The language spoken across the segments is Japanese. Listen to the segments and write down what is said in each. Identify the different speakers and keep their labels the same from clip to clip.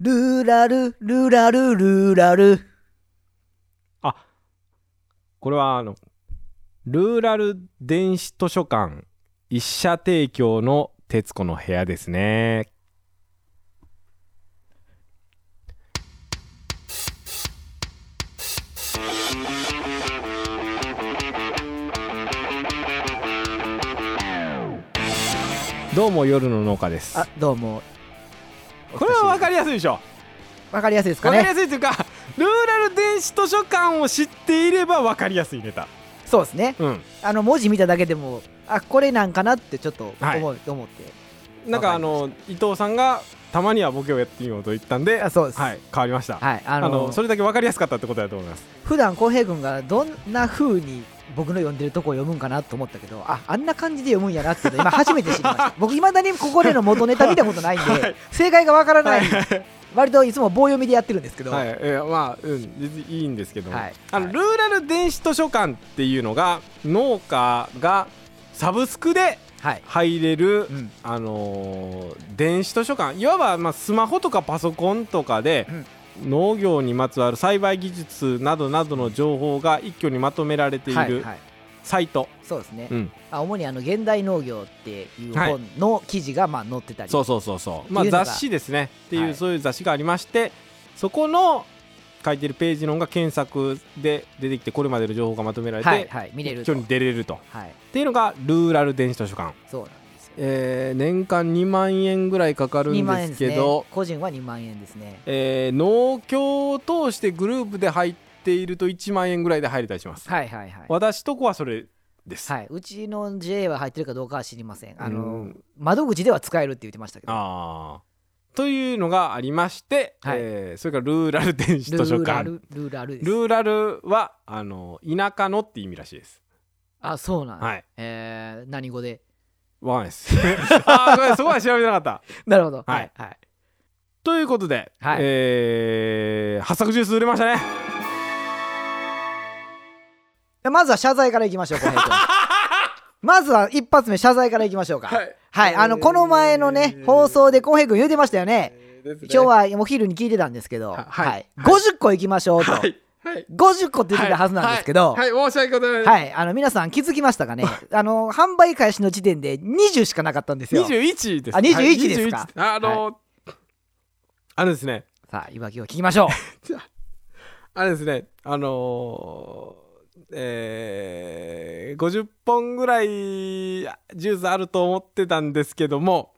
Speaker 1: ルラル、ルラル、ルラル。
Speaker 2: これはあのルーラル電子図書館一社提供の徹子の部屋ですねどうも夜の農家です
Speaker 1: あ、どうも。
Speaker 2: これは分かりやすいでしょ
Speaker 1: わかりやすいですか
Speaker 2: 分かり
Speaker 1: ね。
Speaker 2: やすいというかルーラル電子図書館を知っていれば分かりやすいネタ
Speaker 1: そうですね。
Speaker 2: うん
Speaker 1: あの、文字見ただけでも、あ、これなんかなってちょっと
Speaker 2: はい
Speaker 1: 思う、思って。
Speaker 2: なんかあの伊藤さんがたまにはボケをやってみようと言ったんで、
Speaker 1: あそうです。
Speaker 2: はい、変わりました。
Speaker 1: はい。あ
Speaker 2: あの
Speaker 1: の、
Speaker 2: それだけ分かりやすかったってことだと思います。
Speaker 1: 普段浩平君がどんな風に僕の読んでるとこを読むんかなと思ったけどああんな感じで読むんやなっていうの今初めて知りました 僕いまだにここでの元ネタ見たことないんで、
Speaker 2: はい
Speaker 1: 正解がわからない、
Speaker 2: は
Speaker 1: 割といつも棒読みでやってるんですけど、
Speaker 2: は
Speaker 1: はい
Speaker 2: い、えーまあ、うん、別にいいんですけども、
Speaker 1: はい
Speaker 2: あの
Speaker 1: はい
Speaker 2: ルーラル電子図書館っていうのが農家がサブスクで入れる、
Speaker 1: うん
Speaker 2: あのー電子図書館いわば、まあ、スマホとかパソコンとかで、農業にまつわる栽培技術などなどの情報が一挙にまとめられてい
Speaker 1: はい
Speaker 2: る
Speaker 1: はい
Speaker 2: サイト、
Speaker 1: そうですね、
Speaker 2: うん、
Speaker 1: あ主にあの現代農業っていう
Speaker 2: はい
Speaker 1: 本の記事がまあ載ってたり、
Speaker 2: そうそうそうそうま
Speaker 1: っ
Speaker 2: あ
Speaker 1: ていうのが
Speaker 2: 雑誌ですねっていう、
Speaker 1: はい
Speaker 2: そういう雑誌がありましてそこの書いてるページのが検索で出てきてこれまでの情報がまとめられて、
Speaker 1: はいはい見れる
Speaker 2: 一
Speaker 1: と
Speaker 2: 挙に出れるとっ
Speaker 1: はい
Speaker 2: ていうのがルーラル電子図書館、
Speaker 1: そうなんですよ
Speaker 2: えー年間2万円ぐらいかかる
Speaker 1: 2
Speaker 2: ん
Speaker 1: 万円で
Speaker 2: で
Speaker 1: すす
Speaker 2: け
Speaker 1: ね
Speaker 2: ど
Speaker 1: 個人は2万円ですね
Speaker 2: えー農協を通してグループで入っていると1万円ぐらいで入れたりします、
Speaker 1: はいはいはい
Speaker 2: 私とこはそれです、
Speaker 1: はい、うちの JA は入ってるかどうかは知りません。あの、
Speaker 2: うん
Speaker 1: 窓口では使えるって言ってましたけど。
Speaker 2: あーというのがありまして、
Speaker 1: はい
Speaker 2: えーそれからルーラル電子
Speaker 1: ル
Speaker 2: 図書
Speaker 1: ーラ
Speaker 2: 館
Speaker 1: ル、ルーラルです。
Speaker 2: ルーラルはあの田舎のって意味らしいです。
Speaker 1: あ、そうなん、
Speaker 2: はい。
Speaker 1: えー、何語で。
Speaker 2: わかんないです。ああ、ごめん、そこは調べてなかった。
Speaker 1: なるほど。
Speaker 2: はい、
Speaker 1: はい。
Speaker 2: ということで、
Speaker 1: はい
Speaker 2: えー、発作ジュース売れましたね。
Speaker 1: まずは謝罪からいきましょう、小 平君。まずは一発目、謝罪からいきましょうか。はい。
Speaker 2: い。
Speaker 1: あの、この前のね、放送で浩平君言うてましたよね。今日はお昼に聞いてたんですけど、
Speaker 2: ははい
Speaker 1: 50個いきましょうと。
Speaker 2: はい。はい。
Speaker 1: 50個って言ってたはずなんですけど、
Speaker 2: はい、はい申し訳ございません。
Speaker 1: はい、あの皆さん気づきました かねあの販売開始の時点で20しかなかったんですよ
Speaker 2: 二十一です。
Speaker 1: あ21ですか
Speaker 2: はい21あの、あのですね、
Speaker 1: さあいわきを聞きま しょう
Speaker 2: あれですね、あのーえー、50本ぐらいジュースあると思ってたんですけども、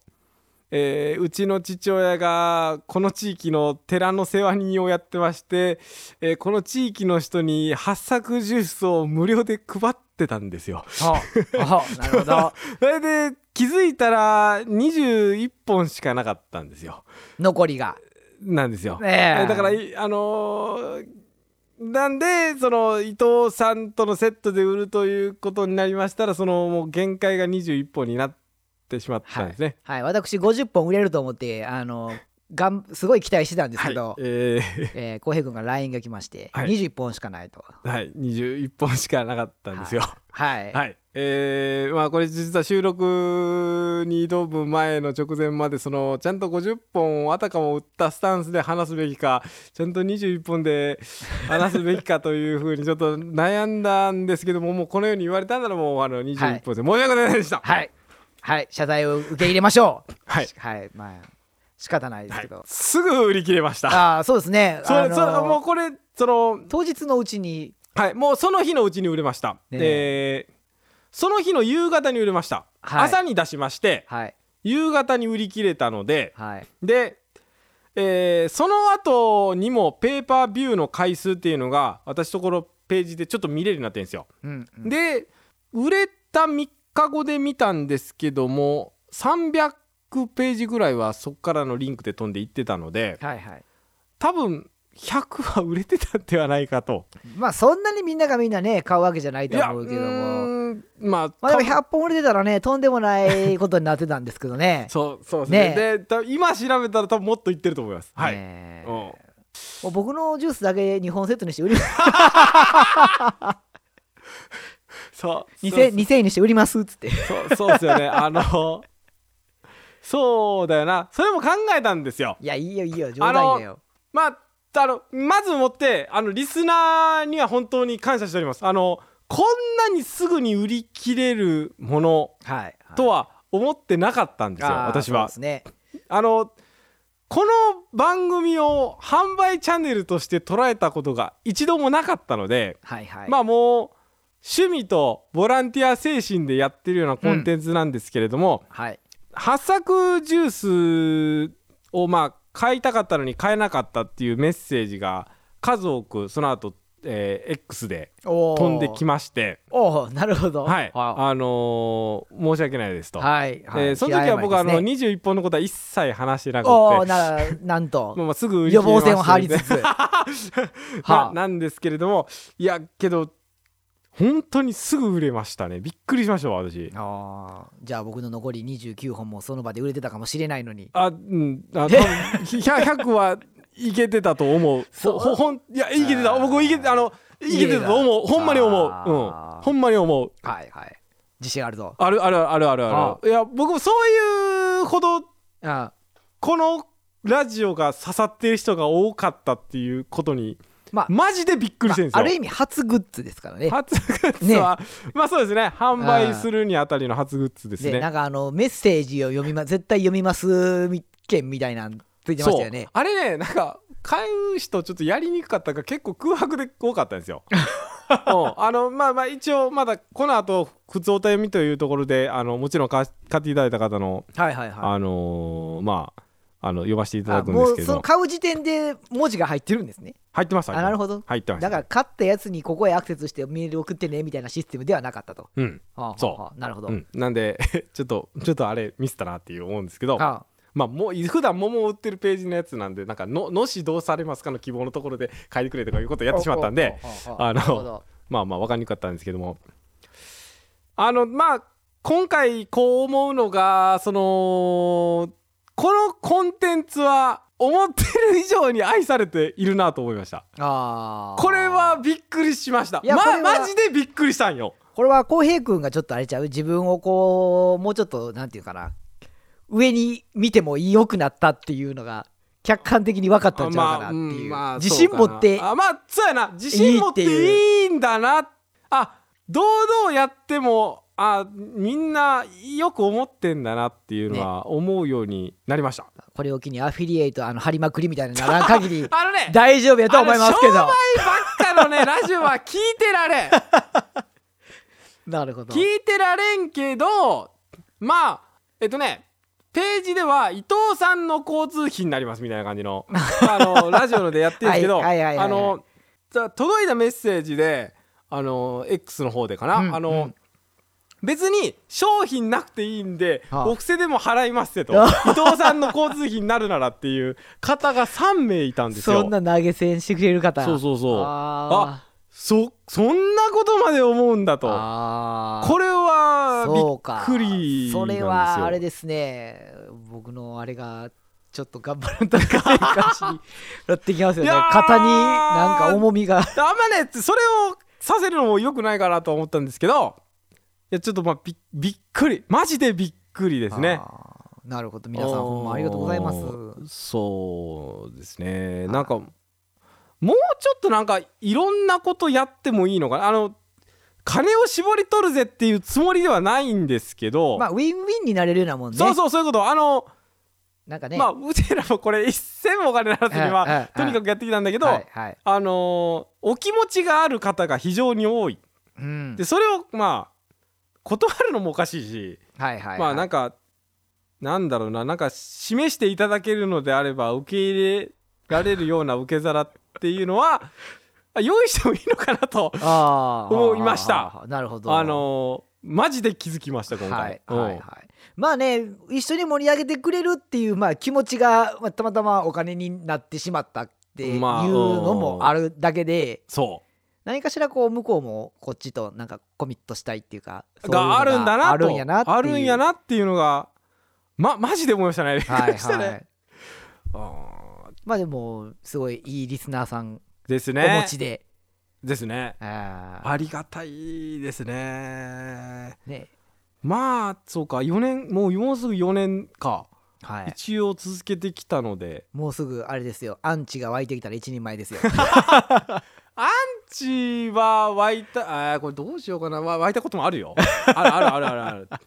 Speaker 2: えーうちの父親がこの地域の寺の世話人をやってまして、えーこの地域の人に八作ジュースを無料で配ってたんですよ。
Speaker 1: おおなるほど
Speaker 2: それで気づいたら21本しかなかったんですよ。
Speaker 1: 残り が
Speaker 2: なんですよ。
Speaker 1: ええ
Speaker 2: だからいあのーなんでその伊藤さんとのセットで売るということになりましたらそのもう限界が21本になってしまったんですね。
Speaker 1: はい私50本売れると思ってあのがんすごい期待してたんです
Speaker 2: は
Speaker 1: け
Speaker 2: い、
Speaker 1: ど、
Speaker 2: えー
Speaker 1: えー、浩平君から LINE が来まして、
Speaker 2: はい
Speaker 1: 21本しかないと
Speaker 2: はい、21本しかなかったんですよ。
Speaker 1: はい、
Speaker 2: はい、えーまあこれ実は収録に挑む前の直前までそのちゃんと50本をあたかも売ったスタンスで話すべきかちゃんと21本で話すべきかというふうにちょっと悩んだんですけどももうこのように言われたならもうあの21本で申し訳ございませんでした。
Speaker 1: はいはい謝罪を受け入れましょう
Speaker 2: はい
Speaker 1: しはいまあ仕方ないですけど、
Speaker 2: すぐ売り切れました。
Speaker 1: ああそうですね
Speaker 2: そ
Speaker 1: あ
Speaker 2: れ
Speaker 1: の
Speaker 2: それもうこれその
Speaker 1: 当日のうちに
Speaker 2: はい、もうその日のうちに売れました。
Speaker 1: ね
Speaker 2: えーその日の夕方に売れました。
Speaker 1: はい
Speaker 2: 朝に出しまして
Speaker 1: はい
Speaker 2: 夕方に売り切れたので。
Speaker 1: はい
Speaker 2: で、えーその後にもペーパービューの回数っていうのが私とこのページでちょっと見れるようになってるんですよ。
Speaker 1: うんうん
Speaker 2: で売れた3日後で見たんですけども300ページぐらいはそこからのリンクで飛んでいってたので
Speaker 1: はいはい
Speaker 2: 多分100は売れてたんではないかと。
Speaker 1: まあそんなにみんながみんなね買うわけじゃないと思うけど
Speaker 2: う
Speaker 1: も
Speaker 2: ーんまあ、
Speaker 1: まあでも
Speaker 2: か
Speaker 1: 100本売れてたらねとんでもないことになってたんですけどね
Speaker 2: そうそうですね
Speaker 1: ね
Speaker 2: で多分今調べたら多分もっといってると思います。はい、
Speaker 1: ねえ
Speaker 2: うん
Speaker 1: もう僕のジュースだけ2本セットにして売り
Speaker 2: そう
Speaker 1: 2000, 2000円にして売りますっつって
Speaker 2: そうそうですよねあのそうだよなそれも考えたんですよ
Speaker 1: いやいいよいいよ冗談やよ
Speaker 2: まああのまずもってあのリスナーには本当に感謝しておりますあのこんなにすぐに売り切れるもの
Speaker 1: はい
Speaker 2: と
Speaker 1: は
Speaker 2: は思ってなかったんですよ
Speaker 1: あー
Speaker 2: 私
Speaker 1: そう
Speaker 2: は
Speaker 1: ですね
Speaker 2: あのこの番組を販売チャンネルとして捉えたことが一度もなかったので、
Speaker 1: はいはい
Speaker 2: まあもう趣味とボランティア精神でやってるようなコンテンツなんですけれども、
Speaker 1: はい
Speaker 2: 発作ジュースをまあ買いたかったのに買えなかったっていうメッセージが数多くその後、えー X で飛
Speaker 1: 飛
Speaker 2: んでき
Speaker 1: ま
Speaker 2: まして、
Speaker 1: おおなるほど
Speaker 2: はい、
Speaker 1: は
Speaker 2: あのー申し訳ないですと。
Speaker 1: いはい
Speaker 2: えーその時は僕はあの
Speaker 1: に
Speaker 2: 21本のことは一切話してなくて
Speaker 1: おおならなん と
Speaker 2: まあ、まあすぐ売り切
Speaker 1: 予
Speaker 2: れま
Speaker 1: 防
Speaker 2: した
Speaker 1: 線
Speaker 2: の
Speaker 1: を
Speaker 2: で
Speaker 1: 張りつ つはあ
Speaker 2: ななんですけれどもいやけど本当にすぐ売れましたねびっくりしましたわ私
Speaker 1: あーじゃあ僕の残り29本もその場で売れてたかもしれないのに
Speaker 2: あうんあ多分 100, 100はいけてたと思う
Speaker 1: そう
Speaker 2: ほほほんいやいけてた僕いけてあのいけてたと思うほんまに思う、
Speaker 1: あー
Speaker 2: うん、ほんまに思う
Speaker 1: はいはい自信あるぞ
Speaker 2: あるあるあるあるある
Speaker 1: あ
Speaker 2: いや僕もそういうほど
Speaker 1: あ
Speaker 2: このラジオが刺さってる人が多かったっていうことに
Speaker 1: まあ
Speaker 2: マジでびっくりしてるんですよ、
Speaker 1: ある意味初グッズですからね
Speaker 2: 初グッズは、 まあそうですね販売するにあたりの初グッズです
Speaker 1: で
Speaker 2: ね
Speaker 1: なんかあのメッセージを読みま絶対読みますみ件みたいなんついてまし
Speaker 2: そ
Speaker 1: た
Speaker 2: う
Speaker 1: よね
Speaker 2: あれねなんか買う人ちょっとやりにくかったから結構空白で多かったんですよ うんあのまあまあ一応まだこの後普通お便みというところであのもちろん買買っていただいた方の、
Speaker 1: はいはいはい
Speaker 2: あのーまああの読ませていた
Speaker 1: あ
Speaker 2: だくんで
Speaker 1: も
Speaker 2: す
Speaker 1: う
Speaker 2: け
Speaker 1: その
Speaker 2: ど
Speaker 1: 買う時点で文字が入ってるんですね
Speaker 2: 入ってました
Speaker 1: あなるほど
Speaker 2: 入ってまし
Speaker 1: だ
Speaker 2: た
Speaker 1: から買ったやつにここへアクセスしてメール送ってねみたいなシステムではなかったと
Speaker 2: うん、
Speaker 1: はあはあ
Speaker 2: そう
Speaker 1: はあなるほど、
Speaker 2: うん、なんで ちょっとちょっとあれミスったなっていう思うんですけど
Speaker 1: は
Speaker 2: まあ、もう普段桃を売ってるページのやつなんでなんかの「のしどうされますか?」の希望のところで書いてくれとかいうこと
Speaker 1: あ
Speaker 2: をやってしまったんで
Speaker 1: はあはあは
Speaker 2: あ
Speaker 1: あなるほど
Speaker 2: のまあまあ分かりにくかったんですけどもあのまあ今回こう思うのがそのこのコンテンツは思ってる以上に愛されているなと思いました
Speaker 1: あー
Speaker 2: これはびっくりしました
Speaker 1: いやこれ
Speaker 2: ま
Speaker 1: は
Speaker 2: マジでびっくりしたんよ
Speaker 1: これは浩平君がちょっとあれちゃう自分をこうもうちょっとなんていうかな上に見ても良くなったっていうのが客観的に分かったんちゃうかなっていう,、
Speaker 2: んまあ
Speaker 1: 自信持って
Speaker 2: そうかなあまあそうやな自信持って
Speaker 1: いい
Speaker 2: いいんだなあ堂々やってもあみんなよく思ってんだなっていうのは思うようになりました、
Speaker 1: これを機にアフィリエイトあの張りまくりみたいなのならん限り
Speaker 2: あのね
Speaker 1: 大丈夫やとは思いますけ
Speaker 2: あ
Speaker 1: ど
Speaker 2: の商売ばっかの ねラジオは聞いてられん
Speaker 1: なるほど
Speaker 2: 聞いてられんけどまあえっとねページでは伊藤さんの交通費になりますみたいな感 じのあのラジオのでやってるんですけど
Speaker 1: はいはいはいはい
Speaker 2: あのじゃあ届いたメッセージであの X の方でかな、
Speaker 1: うん
Speaker 2: あの、
Speaker 1: うん
Speaker 2: 別に商品なくていいんで、
Speaker 1: はあ
Speaker 2: お布施でも払いますってと 伊藤さんの交通費になるならっていう方が3名いたんです よ。
Speaker 1: そんな投げ銭してくれる方
Speaker 2: そうそうそう
Speaker 1: あ
Speaker 2: そそんなことまで思うんだ
Speaker 1: ー
Speaker 2: と
Speaker 1: あー
Speaker 2: これは
Speaker 1: そうか
Speaker 2: びっくりなんですよ
Speaker 1: それはあれですね僕のあれがちょっと頑張らんといか ない感じになってきますよね
Speaker 2: いやー
Speaker 1: 肩になんか重みが
Speaker 2: あんまねそれをさせるのも良くないかなと思ったんですけどいやちょっとまあびびっくりマジでびっくりですね
Speaker 1: あーなるほど皆さんほんまありがとうございます
Speaker 2: すそうですねなんかもうちょっとなんかいろんなことやってもいいのかなあの金を絞り取るぜっていうつもりではないんですけど、
Speaker 1: まあウィンウィンになれるようなもんね
Speaker 2: そうそうそういうことあの
Speaker 1: なんかね
Speaker 2: まあうちらもこれ一銭もお金ならずに
Speaker 1: はいはいは
Speaker 2: はいとにかくやってきたんだけど、
Speaker 1: はいはい
Speaker 2: あのーお気持ちがある方が非常に多い
Speaker 1: うん
Speaker 2: でそれをまあ断るのもおかしいし、
Speaker 1: はいはいはい
Speaker 2: まあなんかなんだろうななんか示していただけるのであれば受け入れられるような受け皿っていうのは あ用意してもいいのかなと
Speaker 1: あー
Speaker 2: 思いました
Speaker 1: はあはあなるほど
Speaker 2: あのーマジで気づきました今
Speaker 1: はい
Speaker 2: 回。
Speaker 1: はいはい
Speaker 2: うん
Speaker 1: まあね一緒に盛り上げてくれるっていう、まあ、気持ちが、まあ、たまたまお金になってしまったっていう
Speaker 2: まあ
Speaker 1: のもあるだけで、
Speaker 2: そ
Speaker 1: 何かしらこう向こうもこっちとなんかコミットしたいっていうか
Speaker 2: う
Speaker 1: そういうの
Speaker 2: があるんだなと
Speaker 1: あるんやなっていう
Speaker 2: あるんやなっていうのがまマジで思いました
Speaker 1: は
Speaker 2: ね。
Speaker 1: い
Speaker 2: びっくりした
Speaker 1: は
Speaker 2: ね
Speaker 1: いまあでもすごいいいリスナーさん
Speaker 2: です
Speaker 1: お
Speaker 2: ね
Speaker 1: 持。ちで、
Speaker 2: ですね。
Speaker 1: あー
Speaker 2: ありがたいですね。
Speaker 1: ね
Speaker 2: まあそうか4年もうもうすぐ4年か
Speaker 1: はい
Speaker 2: 一応続けてきたので
Speaker 1: もうすぐあれですよアンチが湧いてきたら一人前 ですよ
Speaker 2: 血は湧いたあーこれどうしようかなわ湧いたこともあるよあるあるあるあるあ る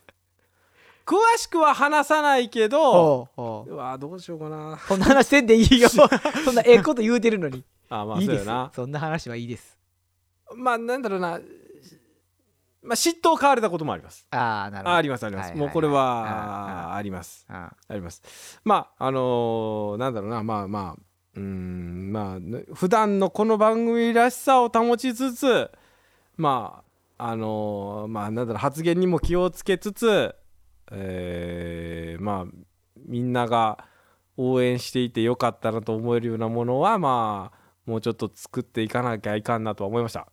Speaker 2: 詳しくは話さないけど
Speaker 1: ほうほう
Speaker 2: うわどうしようかな
Speaker 1: そんな話せんでい いよそんなええこと言うてるのに
Speaker 2: あー まあ
Speaker 1: いい
Speaker 2: そう
Speaker 1: で
Speaker 2: や
Speaker 1: す
Speaker 2: な
Speaker 1: そんな話はいいです
Speaker 2: まあなんだろうなまあ嫉妬を買われたこともあります
Speaker 1: ああなるほ
Speaker 2: あ
Speaker 1: ど
Speaker 2: ありますありま
Speaker 1: は
Speaker 2: す、
Speaker 1: いはいはい
Speaker 2: もうこれ
Speaker 1: あ
Speaker 2: はあります
Speaker 1: あ
Speaker 2: ありますまああのーなんだろうなまあまあうーんまあね普段のこの番組らしさを保ちつつまああのーまあなんだろう発言にも気をつけつつえーまあみんなが応援していてよかったなと思えるようなものはまあもうちょっと作っていかなきゃいかんなとは思いました。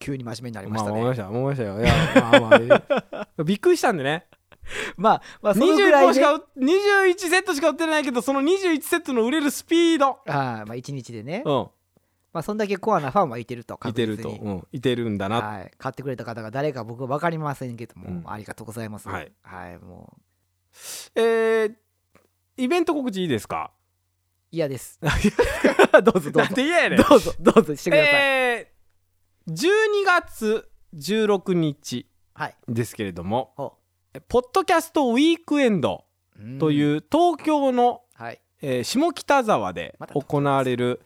Speaker 1: 急に真面目になりま
Speaker 2: ま
Speaker 1: し
Speaker 2: あ
Speaker 1: たね、
Speaker 2: 思い
Speaker 1: ま
Speaker 2: ま
Speaker 1: あ
Speaker 2: した思いましたよ。いやまあまあね びっくりしたんでね。
Speaker 1: まあ、そのぐらい
Speaker 2: 25
Speaker 1: ね
Speaker 2: しか売21セットしか売ってないけどその21セットの売れるスピード
Speaker 1: ああまあ1日でね、
Speaker 2: う
Speaker 1: まあ、そんだけコアなファンはいてると
Speaker 2: んい
Speaker 1: 確
Speaker 2: て
Speaker 1: 実
Speaker 2: る
Speaker 1: に
Speaker 2: と、うん、いてるんだな
Speaker 1: はい、買ってくれた方が誰か僕は分かりませんけども、
Speaker 2: うん
Speaker 1: ありがとうございます
Speaker 2: はい、
Speaker 1: もう
Speaker 2: えー、イベント告知いいですか
Speaker 1: 嫌です どうぞどう
Speaker 2: な
Speaker 1: ぞ
Speaker 2: んで嫌やねん
Speaker 1: どうぞどうぞしてください、
Speaker 2: えー、12月16日
Speaker 1: はい
Speaker 2: ですけれども
Speaker 1: ほ
Speaker 2: ポッドキャストウィークエンド
Speaker 1: ううん
Speaker 2: という東京の、
Speaker 1: はい
Speaker 2: えー下北沢で行われる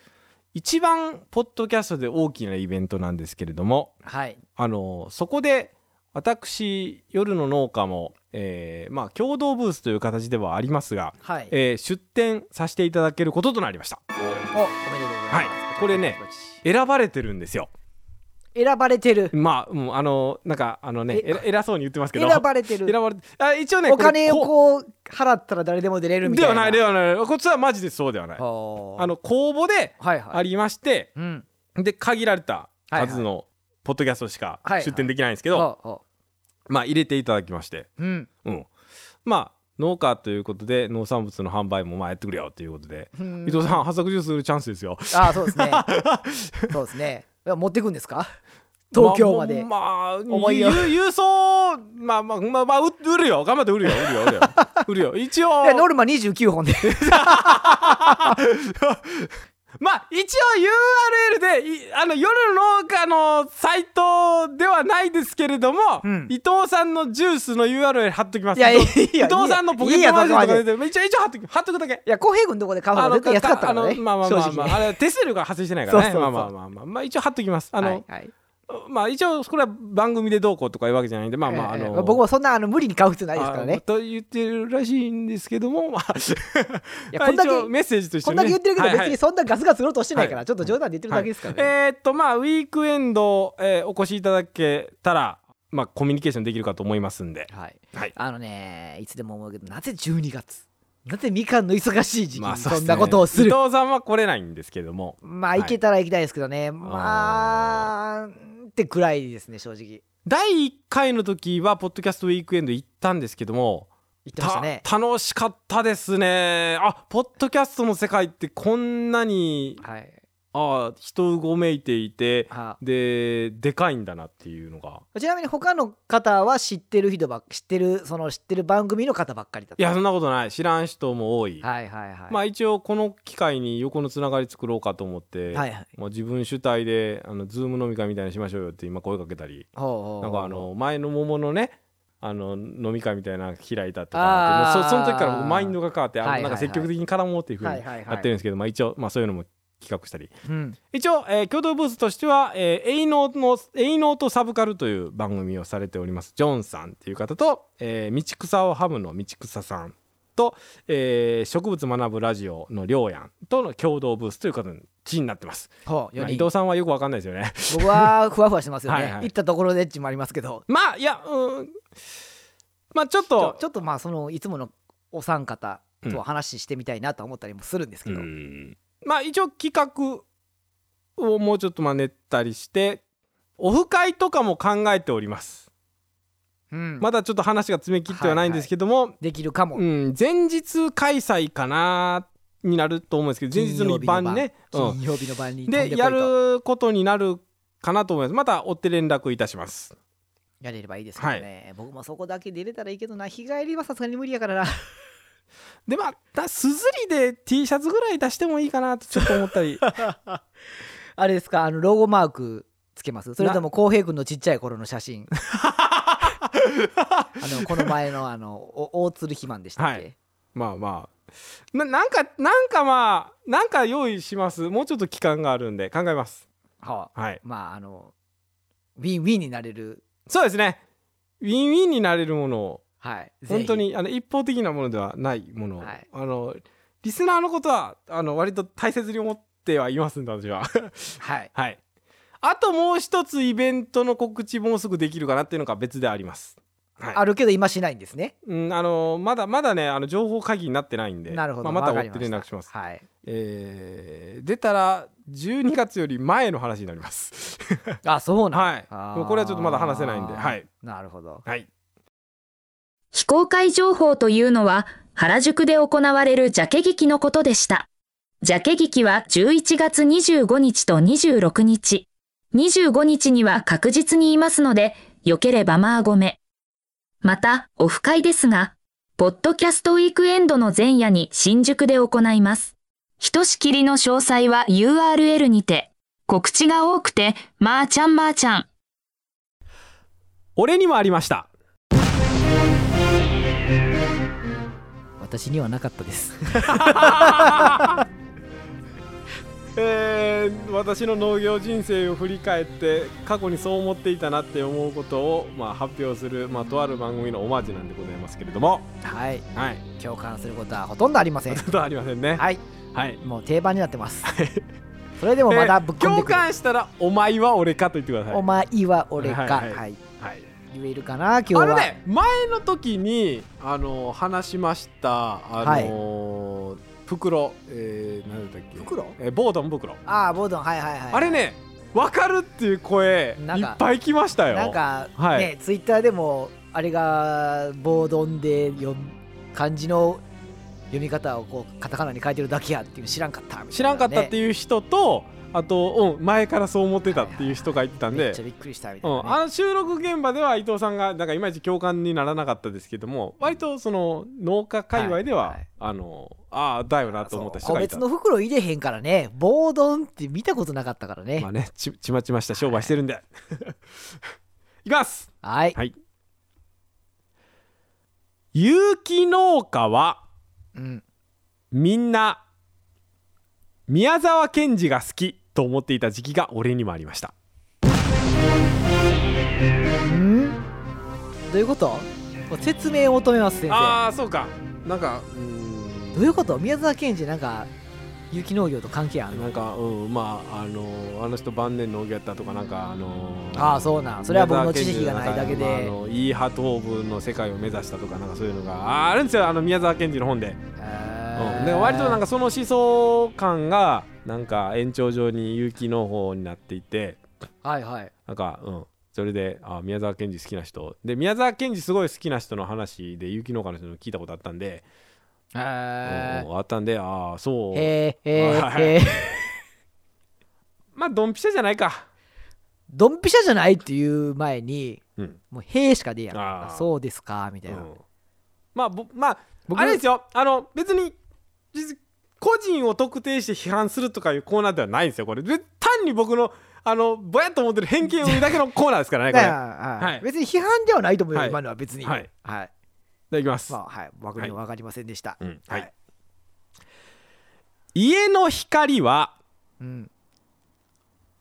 Speaker 2: 一番ポッドキャストで大きなイベントなんですけれども
Speaker 1: はい
Speaker 2: あのそこで私夜の農家も、えーまあ、共同ブースという形ではありますが、
Speaker 1: はい
Speaker 2: えー出展させていただけることとなりました
Speaker 1: おおめでとうございます、
Speaker 2: はいこれね選ばれてるんですよ
Speaker 1: 選ばれてる
Speaker 2: まあ、うん、あのなんかあのね
Speaker 1: え
Speaker 2: えら偉そうに言ってますけ
Speaker 1: 選
Speaker 2: ど
Speaker 1: ばれて
Speaker 2: 選
Speaker 1: る
Speaker 2: ばれあ一応ね
Speaker 1: お金を
Speaker 2: こ
Speaker 1: こう払ったら誰でも出れ
Speaker 2: れ
Speaker 1: る
Speaker 2: こ
Speaker 1: み
Speaker 2: で
Speaker 1: たい
Speaker 2: は
Speaker 1: な
Speaker 2: ないではないこっちはマジでそうではない
Speaker 1: はあ
Speaker 2: あの公募で
Speaker 1: はいはい
Speaker 2: ありまして、
Speaker 1: うん
Speaker 2: で限られた数のポッドキャストしか
Speaker 1: はいはい
Speaker 2: 出展できないんですけ
Speaker 1: け
Speaker 2: ど、
Speaker 1: ど
Speaker 2: まあ入れていただきまして
Speaker 1: うん
Speaker 2: うん、まあ農家ということで農産物の販売もまあやってくれよということで、
Speaker 1: うん
Speaker 2: 伊藤さん発作ジュース売るチャンスですよ
Speaker 1: ああそう ですねそうですねいや持ってくんですか東京まで、
Speaker 2: まあ、ま
Speaker 1: 思
Speaker 2: あ、
Speaker 1: い
Speaker 2: ゆ
Speaker 1: を
Speaker 2: 郵送まあまあまあ、まあ、う売るよ頑張って売るよ売るよ売るよ 売るよ一応
Speaker 1: いやノルマ29本で
Speaker 2: まあ一応 URL でいあの夜の農家のサイトではないですけれども、
Speaker 1: うん
Speaker 2: 伊藤さんのジュースの URL 貼っときます
Speaker 1: いやいや
Speaker 2: 伊藤
Speaker 1: いや
Speaker 2: 伊藤さんのポケ
Speaker 1: いい
Speaker 2: ッ
Speaker 1: や
Speaker 2: トマジッ
Speaker 1: そこま
Speaker 2: クとか出てる一応一応貼っとく貼っとくだけ
Speaker 1: いや浩平君のとこで買う方が絶対安かったから
Speaker 2: あ
Speaker 1: ね
Speaker 2: のまあまあまあ、
Speaker 1: 正
Speaker 2: ま
Speaker 1: 直
Speaker 2: あ、あ
Speaker 1: ね
Speaker 2: れは手数料が発生してないからね。
Speaker 1: そうそうそう
Speaker 2: まあまあまあまあ、まあ、一応貼っときます。あの、
Speaker 1: はいはい
Speaker 2: まあ、一応、これは番組でどうこうとかいうわけじゃないんで、まあまあ、あ
Speaker 1: ええ
Speaker 2: の、
Speaker 1: 僕はそんなあの無理に買う必要ないですから
Speaker 2: あ
Speaker 1: ね
Speaker 2: と言ってるらしいんですけども、まあ、
Speaker 1: いやこんだけ
Speaker 2: まあ一応メッセージとして
Speaker 1: こんだ
Speaker 2: ね、
Speaker 1: け言ってるけど別
Speaker 2: はいは
Speaker 1: に
Speaker 2: い
Speaker 1: そんなガスガス売ろうとしてないから
Speaker 2: はい
Speaker 1: ちょっと冗談で言ってるだけですからね
Speaker 2: えーっと、まあ、ウィークエンド、えーお越しいただけたら、まあ、コミュニケーションできるかと思いますんで。
Speaker 1: はい
Speaker 2: はい。
Speaker 1: あのねいつでも思うけどなぜ12月なぜみかんの忙しい時期
Speaker 2: まあ
Speaker 1: に
Speaker 2: そうで
Speaker 1: そ
Speaker 2: す
Speaker 1: ん
Speaker 2: ね
Speaker 1: なことをする
Speaker 2: 伊藤さんは来れないんですけども。
Speaker 1: ま
Speaker 2: は
Speaker 1: あ
Speaker 2: い
Speaker 1: 行けたら行きたいですけどねまあってくらいですね正直
Speaker 2: 第1回の時は、ポッドキャストウィークエンド行ったんですけども、
Speaker 1: 言ってましたね
Speaker 2: た楽しかったですねあポッドキャストの世界ってこんなに
Speaker 1: はい
Speaker 2: あ人うごめいていて
Speaker 1: は
Speaker 2: ででかいんだなっていうのが
Speaker 1: あちなみに他の方は知ってる人ばっ知ってるその知ってる番組の方ばっかりだっ
Speaker 2: い
Speaker 1: た
Speaker 2: やそんなことない知らん人も多い、
Speaker 1: はいはいはい
Speaker 2: まあ一応この機会に横のつながり作ろうかと思って、
Speaker 1: はいはい
Speaker 2: まあ、自分主体であのズーム飲み会みたいにしましょうよって今声かけたり
Speaker 1: ほうほうほう
Speaker 2: なんかあの前の桃のねあの飲み会みたいなの開いたと
Speaker 1: あー
Speaker 2: かもうそその時から僕マインドが変わってあの
Speaker 1: はい
Speaker 2: な
Speaker 1: はい
Speaker 2: ん
Speaker 1: はい
Speaker 2: か積極的に絡もうっていうふうに
Speaker 1: はい
Speaker 2: や
Speaker 1: はいはい
Speaker 2: ってるんですけどまあ一応まあそういうのも企画したり
Speaker 1: うん
Speaker 2: 一応、えー共同ブースとしては「えー、エイノーの「エイノーとサブカル」という番組をされておりますジョンさんっていう方と「えー道草をハム」の道草さんと、えー植物学ぶラジオ」のりょうやんとの共同ブースという形になってます、
Speaker 1: ほう
Speaker 2: ま
Speaker 1: 4
Speaker 2: あ伊
Speaker 1: 人
Speaker 2: 藤さんはよくわかんないですよね
Speaker 1: 僕はふわふわしてますよね
Speaker 2: はいはい
Speaker 1: 行ったところでっちもありますけど
Speaker 2: まあいやうんまあちょっ
Speaker 1: ちょ
Speaker 2: と
Speaker 1: ちょっとまあそのいつものお三方とは話してみたいなとは思ったりもするんですけど、
Speaker 2: うんまあ一応企画をもうちょっとまあ練ったりしてオフ会とかも考えております、
Speaker 1: うん
Speaker 2: まだちょっと話が詰め切ってはないんですけども、
Speaker 1: できるかも、
Speaker 2: うん、前日開催かなになると思うんですけど前日の晩ね
Speaker 1: 金曜日の晩金曜日の晩に
Speaker 2: うん、
Speaker 1: 飛ん
Speaker 2: で
Speaker 1: でこいと
Speaker 2: やることになるかなと思いますまた追って連絡いたします
Speaker 1: やれればいいですけどね、僕もそこだけ出れたらいいけどな日帰りはさすがに無理やからな
Speaker 2: でまたすずりで T シャツぐらい出してもいいかなとちょっと思ったり
Speaker 1: あれですかあのロゴマークつけますそれとも浩平君のちっちゃい頃の写 真あのこの前のあのお大鶴肥満でしたっけ、
Speaker 2: はいまあまあななんかなんかまあなんか用意しますもうちょっと期間があるんで考えます
Speaker 1: はあ
Speaker 2: はい
Speaker 1: まああのウィンウィンになれる
Speaker 2: そうですねウィンウィンになれるものを
Speaker 1: はいぜひ
Speaker 2: 本当にあの一方的なものではないものを、
Speaker 1: はい
Speaker 2: あのリスナーのことはあの割と大切に思ってはいますんで私は
Speaker 1: はい
Speaker 2: はいあともう一つイベントの告知もうすぐできるかなっていうのが別でありますはい
Speaker 1: あるけど今しないんですね
Speaker 2: うん、あのまだまだねあの情報会議になってないんで
Speaker 1: なるほど、
Speaker 2: まあ、また
Speaker 1: わ
Speaker 2: 追
Speaker 1: かり
Speaker 2: って連絡します
Speaker 1: たはい
Speaker 2: えー出たら12月より前の話になります
Speaker 1: あそうなん
Speaker 2: はいもうこれはちょっとまだ話せないんで
Speaker 1: あー
Speaker 2: はい
Speaker 1: なるほど
Speaker 2: はい
Speaker 3: 非公開情報というのは、原宿で行われるジャケ劇のことでした。ジャケ劇は11月25日と26日。25日には確実にいますので、良ければまあごめ。また、オフ会ですが、ポッドキャストウィークエンドの前夜に新宿で行います。ひとしきりの詳細は URL にて、告知が多くて、まー、ちゃんまー、ちゃん。
Speaker 2: 俺にもありました
Speaker 1: 私にはなかったです
Speaker 2: えー私の農業人生を振り返って過去にそう思っていたなって思うことを、まあ、発表する、まあ、とある番組のオマージュなんでございますけれども
Speaker 1: はい
Speaker 2: はい
Speaker 1: 共感することはほとんどありません
Speaker 2: ちょ っとありませんね
Speaker 1: はい
Speaker 2: はい
Speaker 1: もう定番になってますそれでもまだぶっ込ん
Speaker 2: 共
Speaker 1: でくる、
Speaker 2: 感したら「お前は俺か」と言ってください
Speaker 1: お前は俺か、
Speaker 2: は
Speaker 1: はいい
Speaker 2: はいはい
Speaker 1: 言えるかな今日は
Speaker 2: あのね前の時にあの話しましたあの、袋えー、何だったっけ
Speaker 1: 袋
Speaker 2: えーボードン袋、
Speaker 1: ああボードンはいはいはい
Speaker 2: あれね分かるっていう声い
Speaker 1: なんか
Speaker 2: っぱい来ましたよ
Speaker 1: なんか、
Speaker 2: はい
Speaker 1: ねツイッターでもあれがボードンで読む漢字の読み方をこうカタカナに書いてるだけやっていうの知らんかったみたいなね、
Speaker 2: 知らんかったって
Speaker 1: いう
Speaker 2: いう人とあと、うん、前からそう思ってたっていう人が言ってたんで、
Speaker 1: めっちゃびっくりしたみた
Speaker 2: う
Speaker 1: い
Speaker 2: ん、あ
Speaker 1: な、ね
Speaker 2: の収録現場では伊藤さんがなんかいまいち共感にならなかったですけども割とその農家界隈では、
Speaker 1: はいはい
Speaker 2: あのああだよなと思った人
Speaker 1: 個
Speaker 2: がいた
Speaker 1: 別の袋入れへんからねボードンって見たことなかったからね
Speaker 2: まあねちちまちました商売してるんで、 い、きます
Speaker 1: はい、
Speaker 2: はい有機農家は
Speaker 1: うん、
Speaker 2: みんな宮沢賢治が好きと思っていた時期が俺にもありました
Speaker 1: うんどういうこと説明を求めます先生
Speaker 2: ああそうかなんかうーん
Speaker 1: どういうこと宮沢賢治なんか有機農業と関係あるの
Speaker 2: なんか、うん、まあ、あのー、あの人晩年農業やったとか、なんか、あのー。
Speaker 1: ああそうなんそれは僕の知識がないだけで
Speaker 2: 宮沢賢治の中まああの、いい派頭部の世界を目指したとか、なんか、そういうのが、あーあるんですよ、あの宮沢賢治の本で。うん、で、割と、なん
Speaker 1: か
Speaker 2: か、その思想感が、なんか、延長上に有機農法になっていて。
Speaker 1: はいはい
Speaker 2: なんか、うん、それで、あー宮沢賢治好きな人、で、宮沢賢治すごい好きな人の話で、有機農家の人の聞いたことあったんで。
Speaker 1: へ
Speaker 2: うんあったんで、ああ、そう。
Speaker 1: えへ
Speaker 2: はい
Speaker 1: えへえ
Speaker 2: まあ、ドンピシャじゃないか。
Speaker 1: ドンピシャじゃないっていう前に
Speaker 2: うん。
Speaker 1: もう「へえ」しか出やん
Speaker 2: あー
Speaker 1: あそうですかみたいな、
Speaker 2: うんまあぼまあ
Speaker 1: 僕
Speaker 2: あれですよあの別に別に個人を特定して批判するとかいうコーナーではないんですよこれ別単に僕のあのぼやっと思ってる偏見を言うだけのコーナーですからねこ
Speaker 1: だ
Speaker 2: れ
Speaker 1: から
Speaker 2: じ
Speaker 1: はい
Speaker 2: はい
Speaker 1: 別に批判ではないと思うよ、
Speaker 2: はい
Speaker 1: 今のは別に
Speaker 2: はい、
Speaker 1: はい
Speaker 2: ゃあいきます、
Speaker 1: まあはい僕には分かりませんでした、
Speaker 2: うんはい家の光は
Speaker 1: うん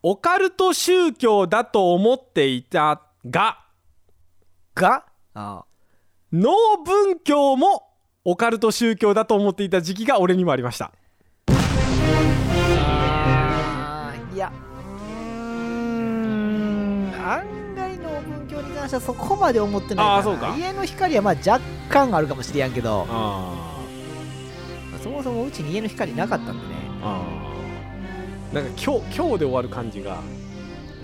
Speaker 2: オカルト宗教だと思っていたが
Speaker 1: があ
Speaker 2: 農文教もオカルト宗教だと思っていた時期が俺にもありました
Speaker 1: あーいやうーん案外の文教に関してはそこまで思ってないかな
Speaker 2: あーそうか
Speaker 1: 家の光はまあ若干あるかもしれんけど
Speaker 2: あー
Speaker 1: そもそもうちに家の光なかったんでね
Speaker 2: あーなんか今日今日で終わる感じが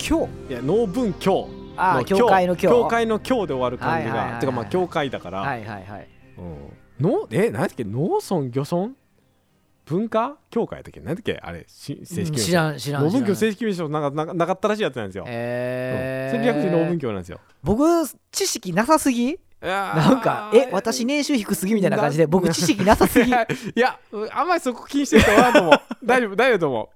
Speaker 1: 今日
Speaker 2: いや農文教
Speaker 1: ああ
Speaker 2: の
Speaker 1: 教会の
Speaker 2: 教
Speaker 1: 教
Speaker 2: 教会の教で終わる感じが、
Speaker 1: はいはいはいはい
Speaker 2: てかまあ教会だから、
Speaker 1: はいはいはい
Speaker 2: うん、のえ何だっけ農村漁村文化教会だっけ何だっけあれし正式
Speaker 1: うん
Speaker 2: 名称
Speaker 1: 知らん知らん
Speaker 2: 農文
Speaker 1: 知ら
Speaker 2: 教
Speaker 1: ん
Speaker 2: 正式名称なんかななかったらしいやつなんですよ、うん
Speaker 1: え
Speaker 2: そ
Speaker 1: ー
Speaker 2: れ略して農文教なんですよ
Speaker 1: 僕知識なさすぎな
Speaker 2: なん
Speaker 1: かえ私年収低すぎみたいな感じで僕知識なさすぎ
Speaker 2: いやいやあんまりそこ気にしてると思うと思 う大丈夫大丈夫と思う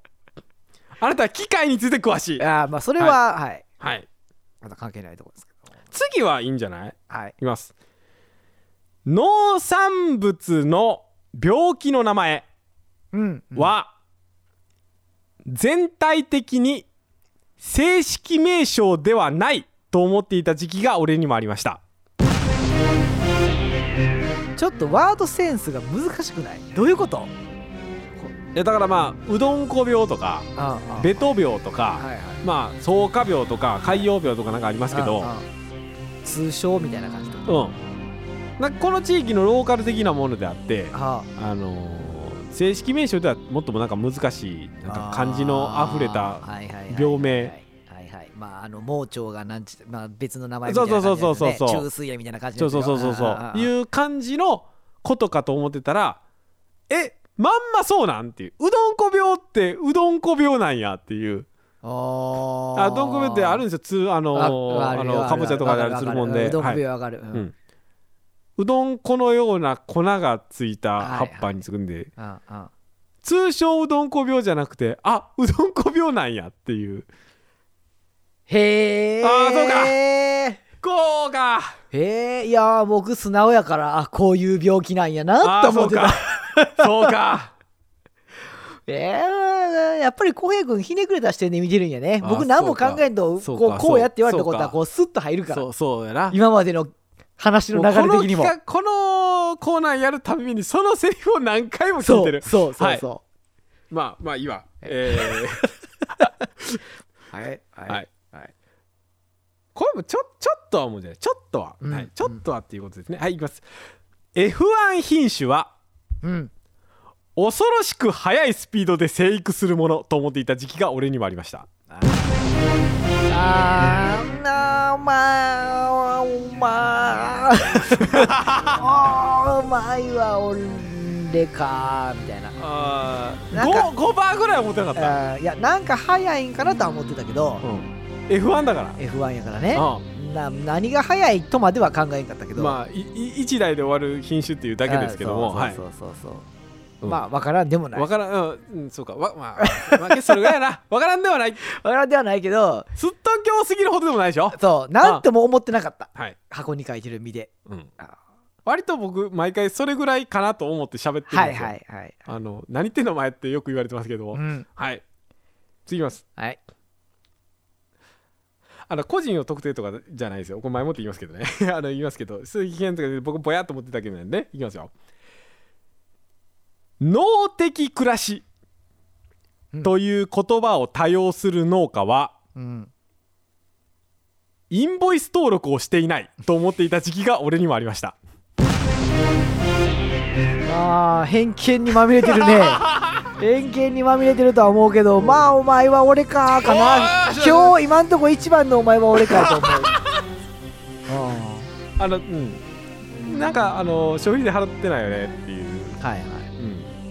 Speaker 2: あなたは機械について詳しい
Speaker 1: あーまあそれははい、
Speaker 2: はい
Speaker 1: まだ関係ないところですけど
Speaker 2: 次はいいんじゃない
Speaker 1: はい
Speaker 2: いきます農産物の病気の名前
Speaker 1: うん
Speaker 2: は、全体的に正式名称ではないと思っていた時期が俺にもありました
Speaker 1: ちょっとワードセンスが難しくないどういうこと
Speaker 2: いやだからまあうどんこ病とか
Speaker 1: ああ
Speaker 2: ベト病とか、
Speaker 1: はいはい
Speaker 2: まあ草加病とか海洋病とかなんかありますけど
Speaker 1: ああ通称みたいな感じで
Speaker 2: うんなんかこの地域のローカル的なものであって
Speaker 1: あ
Speaker 2: あのー正式名称ではもっともなんか難しいなんか漢字のあふれた病名
Speaker 1: はいはいはいまああの盲腸がなんち、まあ、別の名前みた
Speaker 2: そ
Speaker 1: いうな
Speaker 2: そう
Speaker 1: 感じで、ね、
Speaker 2: そうそうそうそう
Speaker 1: 虫垂炎みたいな感じ
Speaker 2: そうそうそうそうそういう感じのことかと思ってたらえまんまそうなんっていううどんこ病ってうどんこ病なんやっていう
Speaker 1: あ
Speaker 2: あうどんこ病ってあるん
Speaker 1: ん
Speaker 2: ですよつあのーあのかぼちゃとかであるつるもんで
Speaker 1: うどんこ
Speaker 2: はい
Speaker 1: 病わかる、うん
Speaker 2: うんうどんこのような粉がついた
Speaker 1: はい
Speaker 2: 葉っぱにつくんで
Speaker 1: ああ
Speaker 2: 通称うどんこ病じゃなくてあうどんこ病なんやっていう
Speaker 1: へえ
Speaker 2: あーそうか
Speaker 1: へ
Speaker 2: こうか
Speaker 1: えいやー僕素直やからあこういう病気なんやな
Speaker 2: あ
Speaker 1: と
Speaker 2: ーそ
Speaker 1: 思
Speaker 2: う
Speaker 1: ってた
Speaker 2: かそうか
Speaker 1: えー、やっぱり浩平君ひねくれた視点で見てるんやね
Speaker 2: あ
Speaker 1: 僕何も考えんと
Speaker 2: そう
Speaker 1: こう
Speaker 2: か
Speaker 1: こうやって言われたこと
Speaker 2: そう
Speaker 1: は
Speaker 2: か
Speaker 1: こうスッと入るから
Speaker 2: そうそうやな
Speaker 1: 今までの話の流れ的にも
Speaker 2: この企画このコーナーやるたびにそのセリフを何回も聞い
Speaker 1: そ
Speaker 2: て
Speaker 1: う
Speaker 2: る
Speaker 1: そうそう
Speaker 2: は
Speaker 1: そ
Speaker 2: い、まあまあいいわえ
Speaker 1: うはい
Speaker 2: ーはい
Speaker 1: い
Speaker 2: これもちょちょっとはもうじゃないちょっとは、
Speaker 1: うん
Speaker 2: はい、ちょっとはっていうことですねはいいきます F1 品種は
Speaker 1: うん
Speaker 2: 恐ろしく速いスピードで生育するものと思っていた時期が俺にもありました
Speaker 1: あーなーまあまああーうまいわ俺かみたいな
Speaker 2: あ
Speaker 1: なんか
Speaker 2: 5, 5パーぐらいは思ってなかっ
Speaker 1: あーいやなんか早いんかなとは思ってたけど
Speaker 2: た、うん、F1 だから
Speaker 1: F1 やからね
Speaker 2: あ
Speaker 1: な何が早いとまでは考えんかったけど
Speaker 2: まあいい1台で終わる品種っていうだけですけども
Speaker 1: あ
Speaker 2: は
Speaker 1: ー
Speaker 2: い
Speaker 1: そうそうそうそうそう
Speaker 2: うん
Speaker 1: まあ分からんでもない
Speaker 2: わ
Speaker 1: 分
Speaker 2: からん、うんうん、そうか、わ、まあ、まあ、それぐらいやな、わからんではない。
Speaker 1: からんではないけど
Speaker 2: すっとんきょうすぎるほどでもないでしょ
Speaker 1: そうなんとも思ってなかった
Speaker 2: はい、
Speaker 1: 箱に書いてる身で
Speaker 2: うん
Speaker 1: あ、
Speaker 2: 割と僕毎回それぐらいかなと思って喋ってるん
Speaker 1: は
Speaker 2: で
Speaker 1: い
Speaker 2: すよ、
Speaker 1: はいはい
Speaker 2: あの何言ってんの前ってよく言われてますけど、
Speaker 1: うん
Speaker 2: はい次いきます
Speaker 1: はい
Speaker 2: あの個人を特定とかじゃないですよこれ前もって言いますけどね あの言いますけど数期限とかで僕ぼやっと思ってたけどねいきますよ農的暮らし
Speaker 1: うん
Speaker 2: という言葉を多用する農家は、
Speaker 1: うん
Speaker 2: インボイス登録をしていないと思っていた時期が俺にもありました
Speaker 1: あー偏見にまみれてる ね偏見にまみれてるとは思うけどまあお前は俺かかな
Speaker 2: おー
Speaker 1: 今日今んとこ一番のお前は俺かと 思うあ
Speaker 2: あのうんなんかあの消費税払ってないよねっていう、
Speaker 1: ーはいはい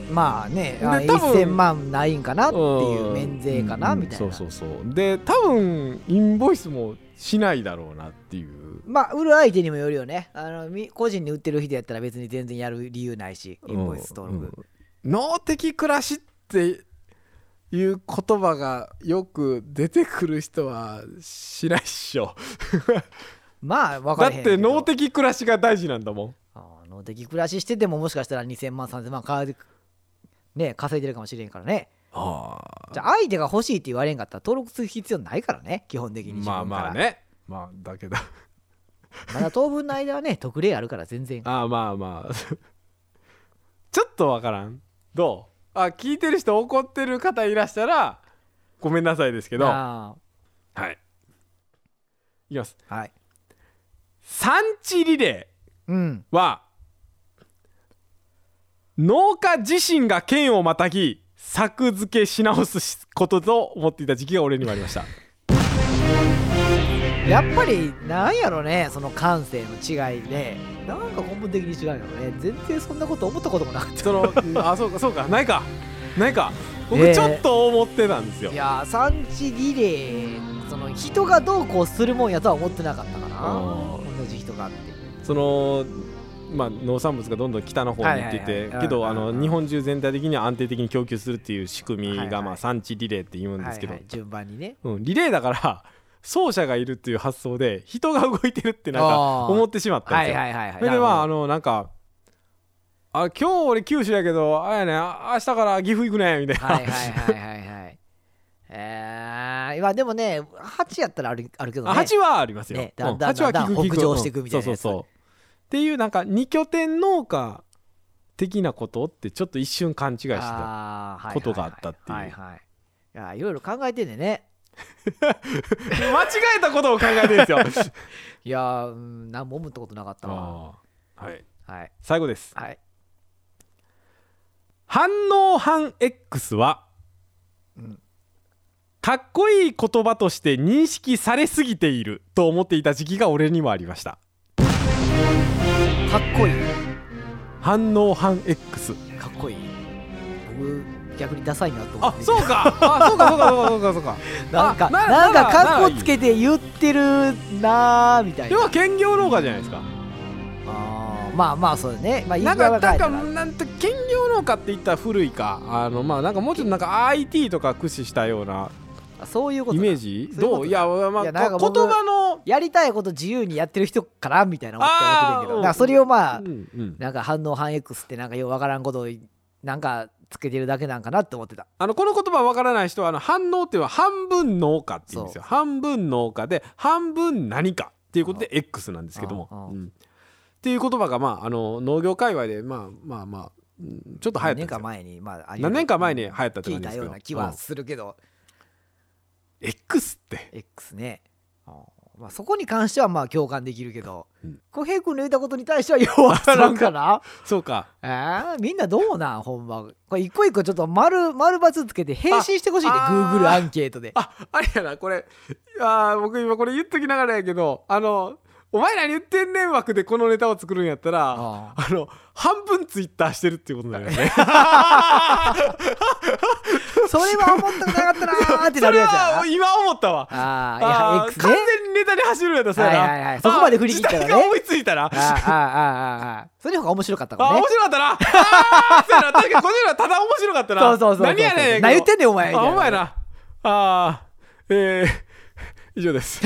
Speaker 2: うん、
Speaker 1: まあねあ
Speaker 2: で多分
Speaker 1: 1000万ないんかなっていう
Speaker 2: うん
Speaker 1: 免税かな
Speaker 2: うん
Speaker 1: みたいな
Speaker 2: そうそうそうで多分インボイスもしないだろうなっていう
Speaker 1: まあ売る相手にもよるよねあのみ個人に売ってる人やったら別に全然やる理由ないしインボイス登録、
Speaker 2: うん脳的暮らしっていう言葉がよく出てくる人はしないっ しょ
Speaker 1: まあ分
Speaker 2: だ
Speaker 1: か
Speaker 2: っ
Speaker 1: らへん
Speaker 2: て
Speaker 1: けど
Speaker 2: 脳的暮らしが大事なんだもん
Speaker 1: あー能的暮らししててももしかしたら2000万3000万かね稼いでるかもしれんからね
Speaker 2: あ
Speaker 1: じゃあ相手が欲しいって言われんかったら登録する必要ないからね基本的に自分
Speaker 2: ま
Speaker 1: から
Speaker 2: あまあねまあだけど
Speaker 1: まだ当分の間はね特例あるから全然
Speaker 2: ああまあまあ ちょっとわからんどうあ聞いてる人怒ってる方いらしたらごめんなさいですけどは
Speaker 1: あ
Speaker 2: いいきます
Speaker 1: ーはい
Speaker 2: 産地リレ
Speaker 1: うん
Speaker 2: ーは農家自身が県をまたぎ作付けし直すことと思っていた時期が俺にもありました
Speaker 1: やっぱりなんやろねその感性の違いでなんか根本的に違うんやろね全然そんなこと思ったこともなかっ
Speaker 2: そのうんあそうかそうかないかないか
Speaker 1: え
Speaker 2: 僕
Speaker 1: え
Speaker 2: ちょっと思ってたんですよ、
Speaker 1: たいやー産地リレーその人がどうこうするもんやとは思ってなかったかな
Speaker 2: あ
Speaker 1: 同じ人がって
Speaker 2: そのまあ、農産物がどんどん北の方に行っ
Speaker 1: はいは
Speaker 2: て
Speaker 1: い
Speaker 2: て
Speaker 1: はい
Speaker 2: け
Speaker 1: うん
Speaker 2: どあ
Speaker 1: う
Speaker 2: の
Speaker 1: んうん
Speaker 2: 日本中全体的には安定的に供給するっていう仕組み
Speaker 1: はいは
Speaker 2: が
Speaker 1: い
Speaker 2: まあ産地リレーって言うんですけど
Speaker 1: はいはい順番にね
Speaker 2: うんリレーだから 走者がいるっていう発想で人が動いてるってなんか
Speaker 1: あー
Speaker 2: 思ってしまったん
Speaker 1: は
Speaker 2: です
Speaker 1: い
Speaker 2: よ。
Speaker 1: はいはいはい
Speaker 2: それでまあ
Speaker 1: な
Speaker 2: あ
Speaker 1: る
Speaker 2: のなんかあ今日俺九州やけどあれやねあ明日から岐阜行くねみたいな、
Speaker 1: ほどはいはいはいはいはい えー、いやでもね8やったらあるあるけど
Speaker 2: あ
Speaker 1: ね
Speaker 2: 8はありますよ、
Speaker 1: ねだん
Speaker 2: うん
Speaker 1: だん
Speaker 2: 蜂は
Speaker 1: だんだん
Speaker 2: 聞く聞く
Speaker 1: 北上していくみたいな
Speaker 2: うん
Speaker 1: やつ
Speaker 2: そうそうそうっていうなんか二拠点農家的なことってちょっと一瞬勘違いしてた
Speaker 1: あーはいはいはい
Speaker 2: ことがあったっていう
Speaker 1: はいはいいやいろいろ考えてんでね
Speaker 2: 間違えたことを考えてるん ですよ
Speaker 1: いやー、うん、何も思ったことなかったわ
Speaker 2: あーはい
Speaker 1: はい
Speaker 2: 最後です
Speaker 1: はい
Speaker 2: 反応反 X は、かっこいい言葉として認識されすぎていると思っていた時期が俺にもありました
Speaker 1: かっこいい
Speaker 2: 反応反 X
Speaker 1: かっこいい僕逆にダサいなと思っ
Speaker 2: あ
Speaker 1: て
Speaker 2: そうかあそうかそうかそうかそうか
Speaker 1: なんか
Speaker 2: あな
Speaker 1: なん
Speaker 2: な
Speaker 1: からかっこつけて言ってるなーみたい
Speaker 2: 要
Speaker 1: な
Speaker 2: は兼業農家じゃないですか
Speaker 1: あーまあまあそうだねまあ言い
Speaker 2: なん
Speaker 1: 具合は
Speaker 2: かなん
Speaker 1: 変え
Speaker 2: か
Speaker 1: たら
Speaker 2: なんて兼業農家って言ったら古いかあのまあなんかもうちょっとなんか IT とか駆使したような
Speaker 1: あそういうこと
Speaker 2: イ
Speaker 1: だ
Speaker 2: メージ
Speaker 1: そういうこと
Speaker 2: どういやまあ
Speaker 1: いや
Speaker 2: 言
Speaker 1: なんか僕
Speaker 2: 葉の
Speaker 1: やりたいこと自由にやってる人かなみたいな思って思ってるけ
Speaker 2: あ
Speaker 1: ど
Speaker 2: ー
Speaker 1: なんかそれをまあ
Speaker 2: うんうん
Speaker 1: なんか反応反 X ってなんかようわからんことをなんかつけてるだけなんかなって思ってた
Speaker 2: あのこの言葉わからない人はあの反応っていうのは半分農家っていうんですよ半分農家で半分何かっていうことで X なんですけど
Speaker 1: あああ
Speaker 2: も、うんっていう言葉が、まあ、あの農業界隈でまあまあまあうんちょっと流行
Speaker 1: 何年
Speaker 2: ったんです
Speaker 1: か
Speaker 2: よ
Speaker 1: 前にまああり
Speaker 2: 何年か前に流行ったって
Speaker 1: 聞
Speaker 2: 感
Speaker 1: い
Speaker 2: じで
Speaker 1: た
Speaker 2: すけ
Speaker 1: よ
Speaker 2: ど
Speaker 1: うな気はするけど
Speaker 2: うん X っ て
Speaker 1: X ねまあそこに関してはまあ共感できるけど
Speaker 2: うん
Speaker 1: 小平君の言ったことに対してはようわからんかな
Speaker 2: そうか
Speaker 1: えー、みんなどうなんほんまこれ一個一個ちょっと丸丸バツつけて返信してほしいね
Speaker 2: ああー
Speaker 1: Google アンケートで
Speaker 2: ああれやなこれあー僕今これ言っときながらやけどあのお前らに言ってんねん枠でこのネタを作るんやったら
Speaker 1: あ
Speaker 2: あの半分ツイッターしてるっていうことになる よね
Speaker 1: それは思ったことなかったなーってな
Speaker 2: そ
Speaker 1: る
Speaker 2: れ
Speaker 1: やつや
Speaker 2: は
Speaker 1: な
Speaker 2: 今思ったわ
Speaker 1: ああ
Speaker 2: あ
Speaker 1: いや
Speaker 2: ー
Speaker 1: X
Speaker 2: 完
Speaker 1: ね
Speaker 2: 全にネタに走るやったそうやな、
Speaker 1: はいはいはいそこまで振り切ったらね
Speaker 2: あー時代が追いついたら
Speaker 1: ああああああそれの方が面白かったか
Speaker 2: あ
Speaker 1: もね
Speaker 2: 面白かったなあーそうやな確かにこっちらただ面白かったな
Speaker 1: そうそうそうそう
Speaker 2: 何やねん
Speaker 1: 何言ってんねんお前みた
Speaker 2: あ
Speaker 1: いな
Speaker 2: お 前なあーえー、以上です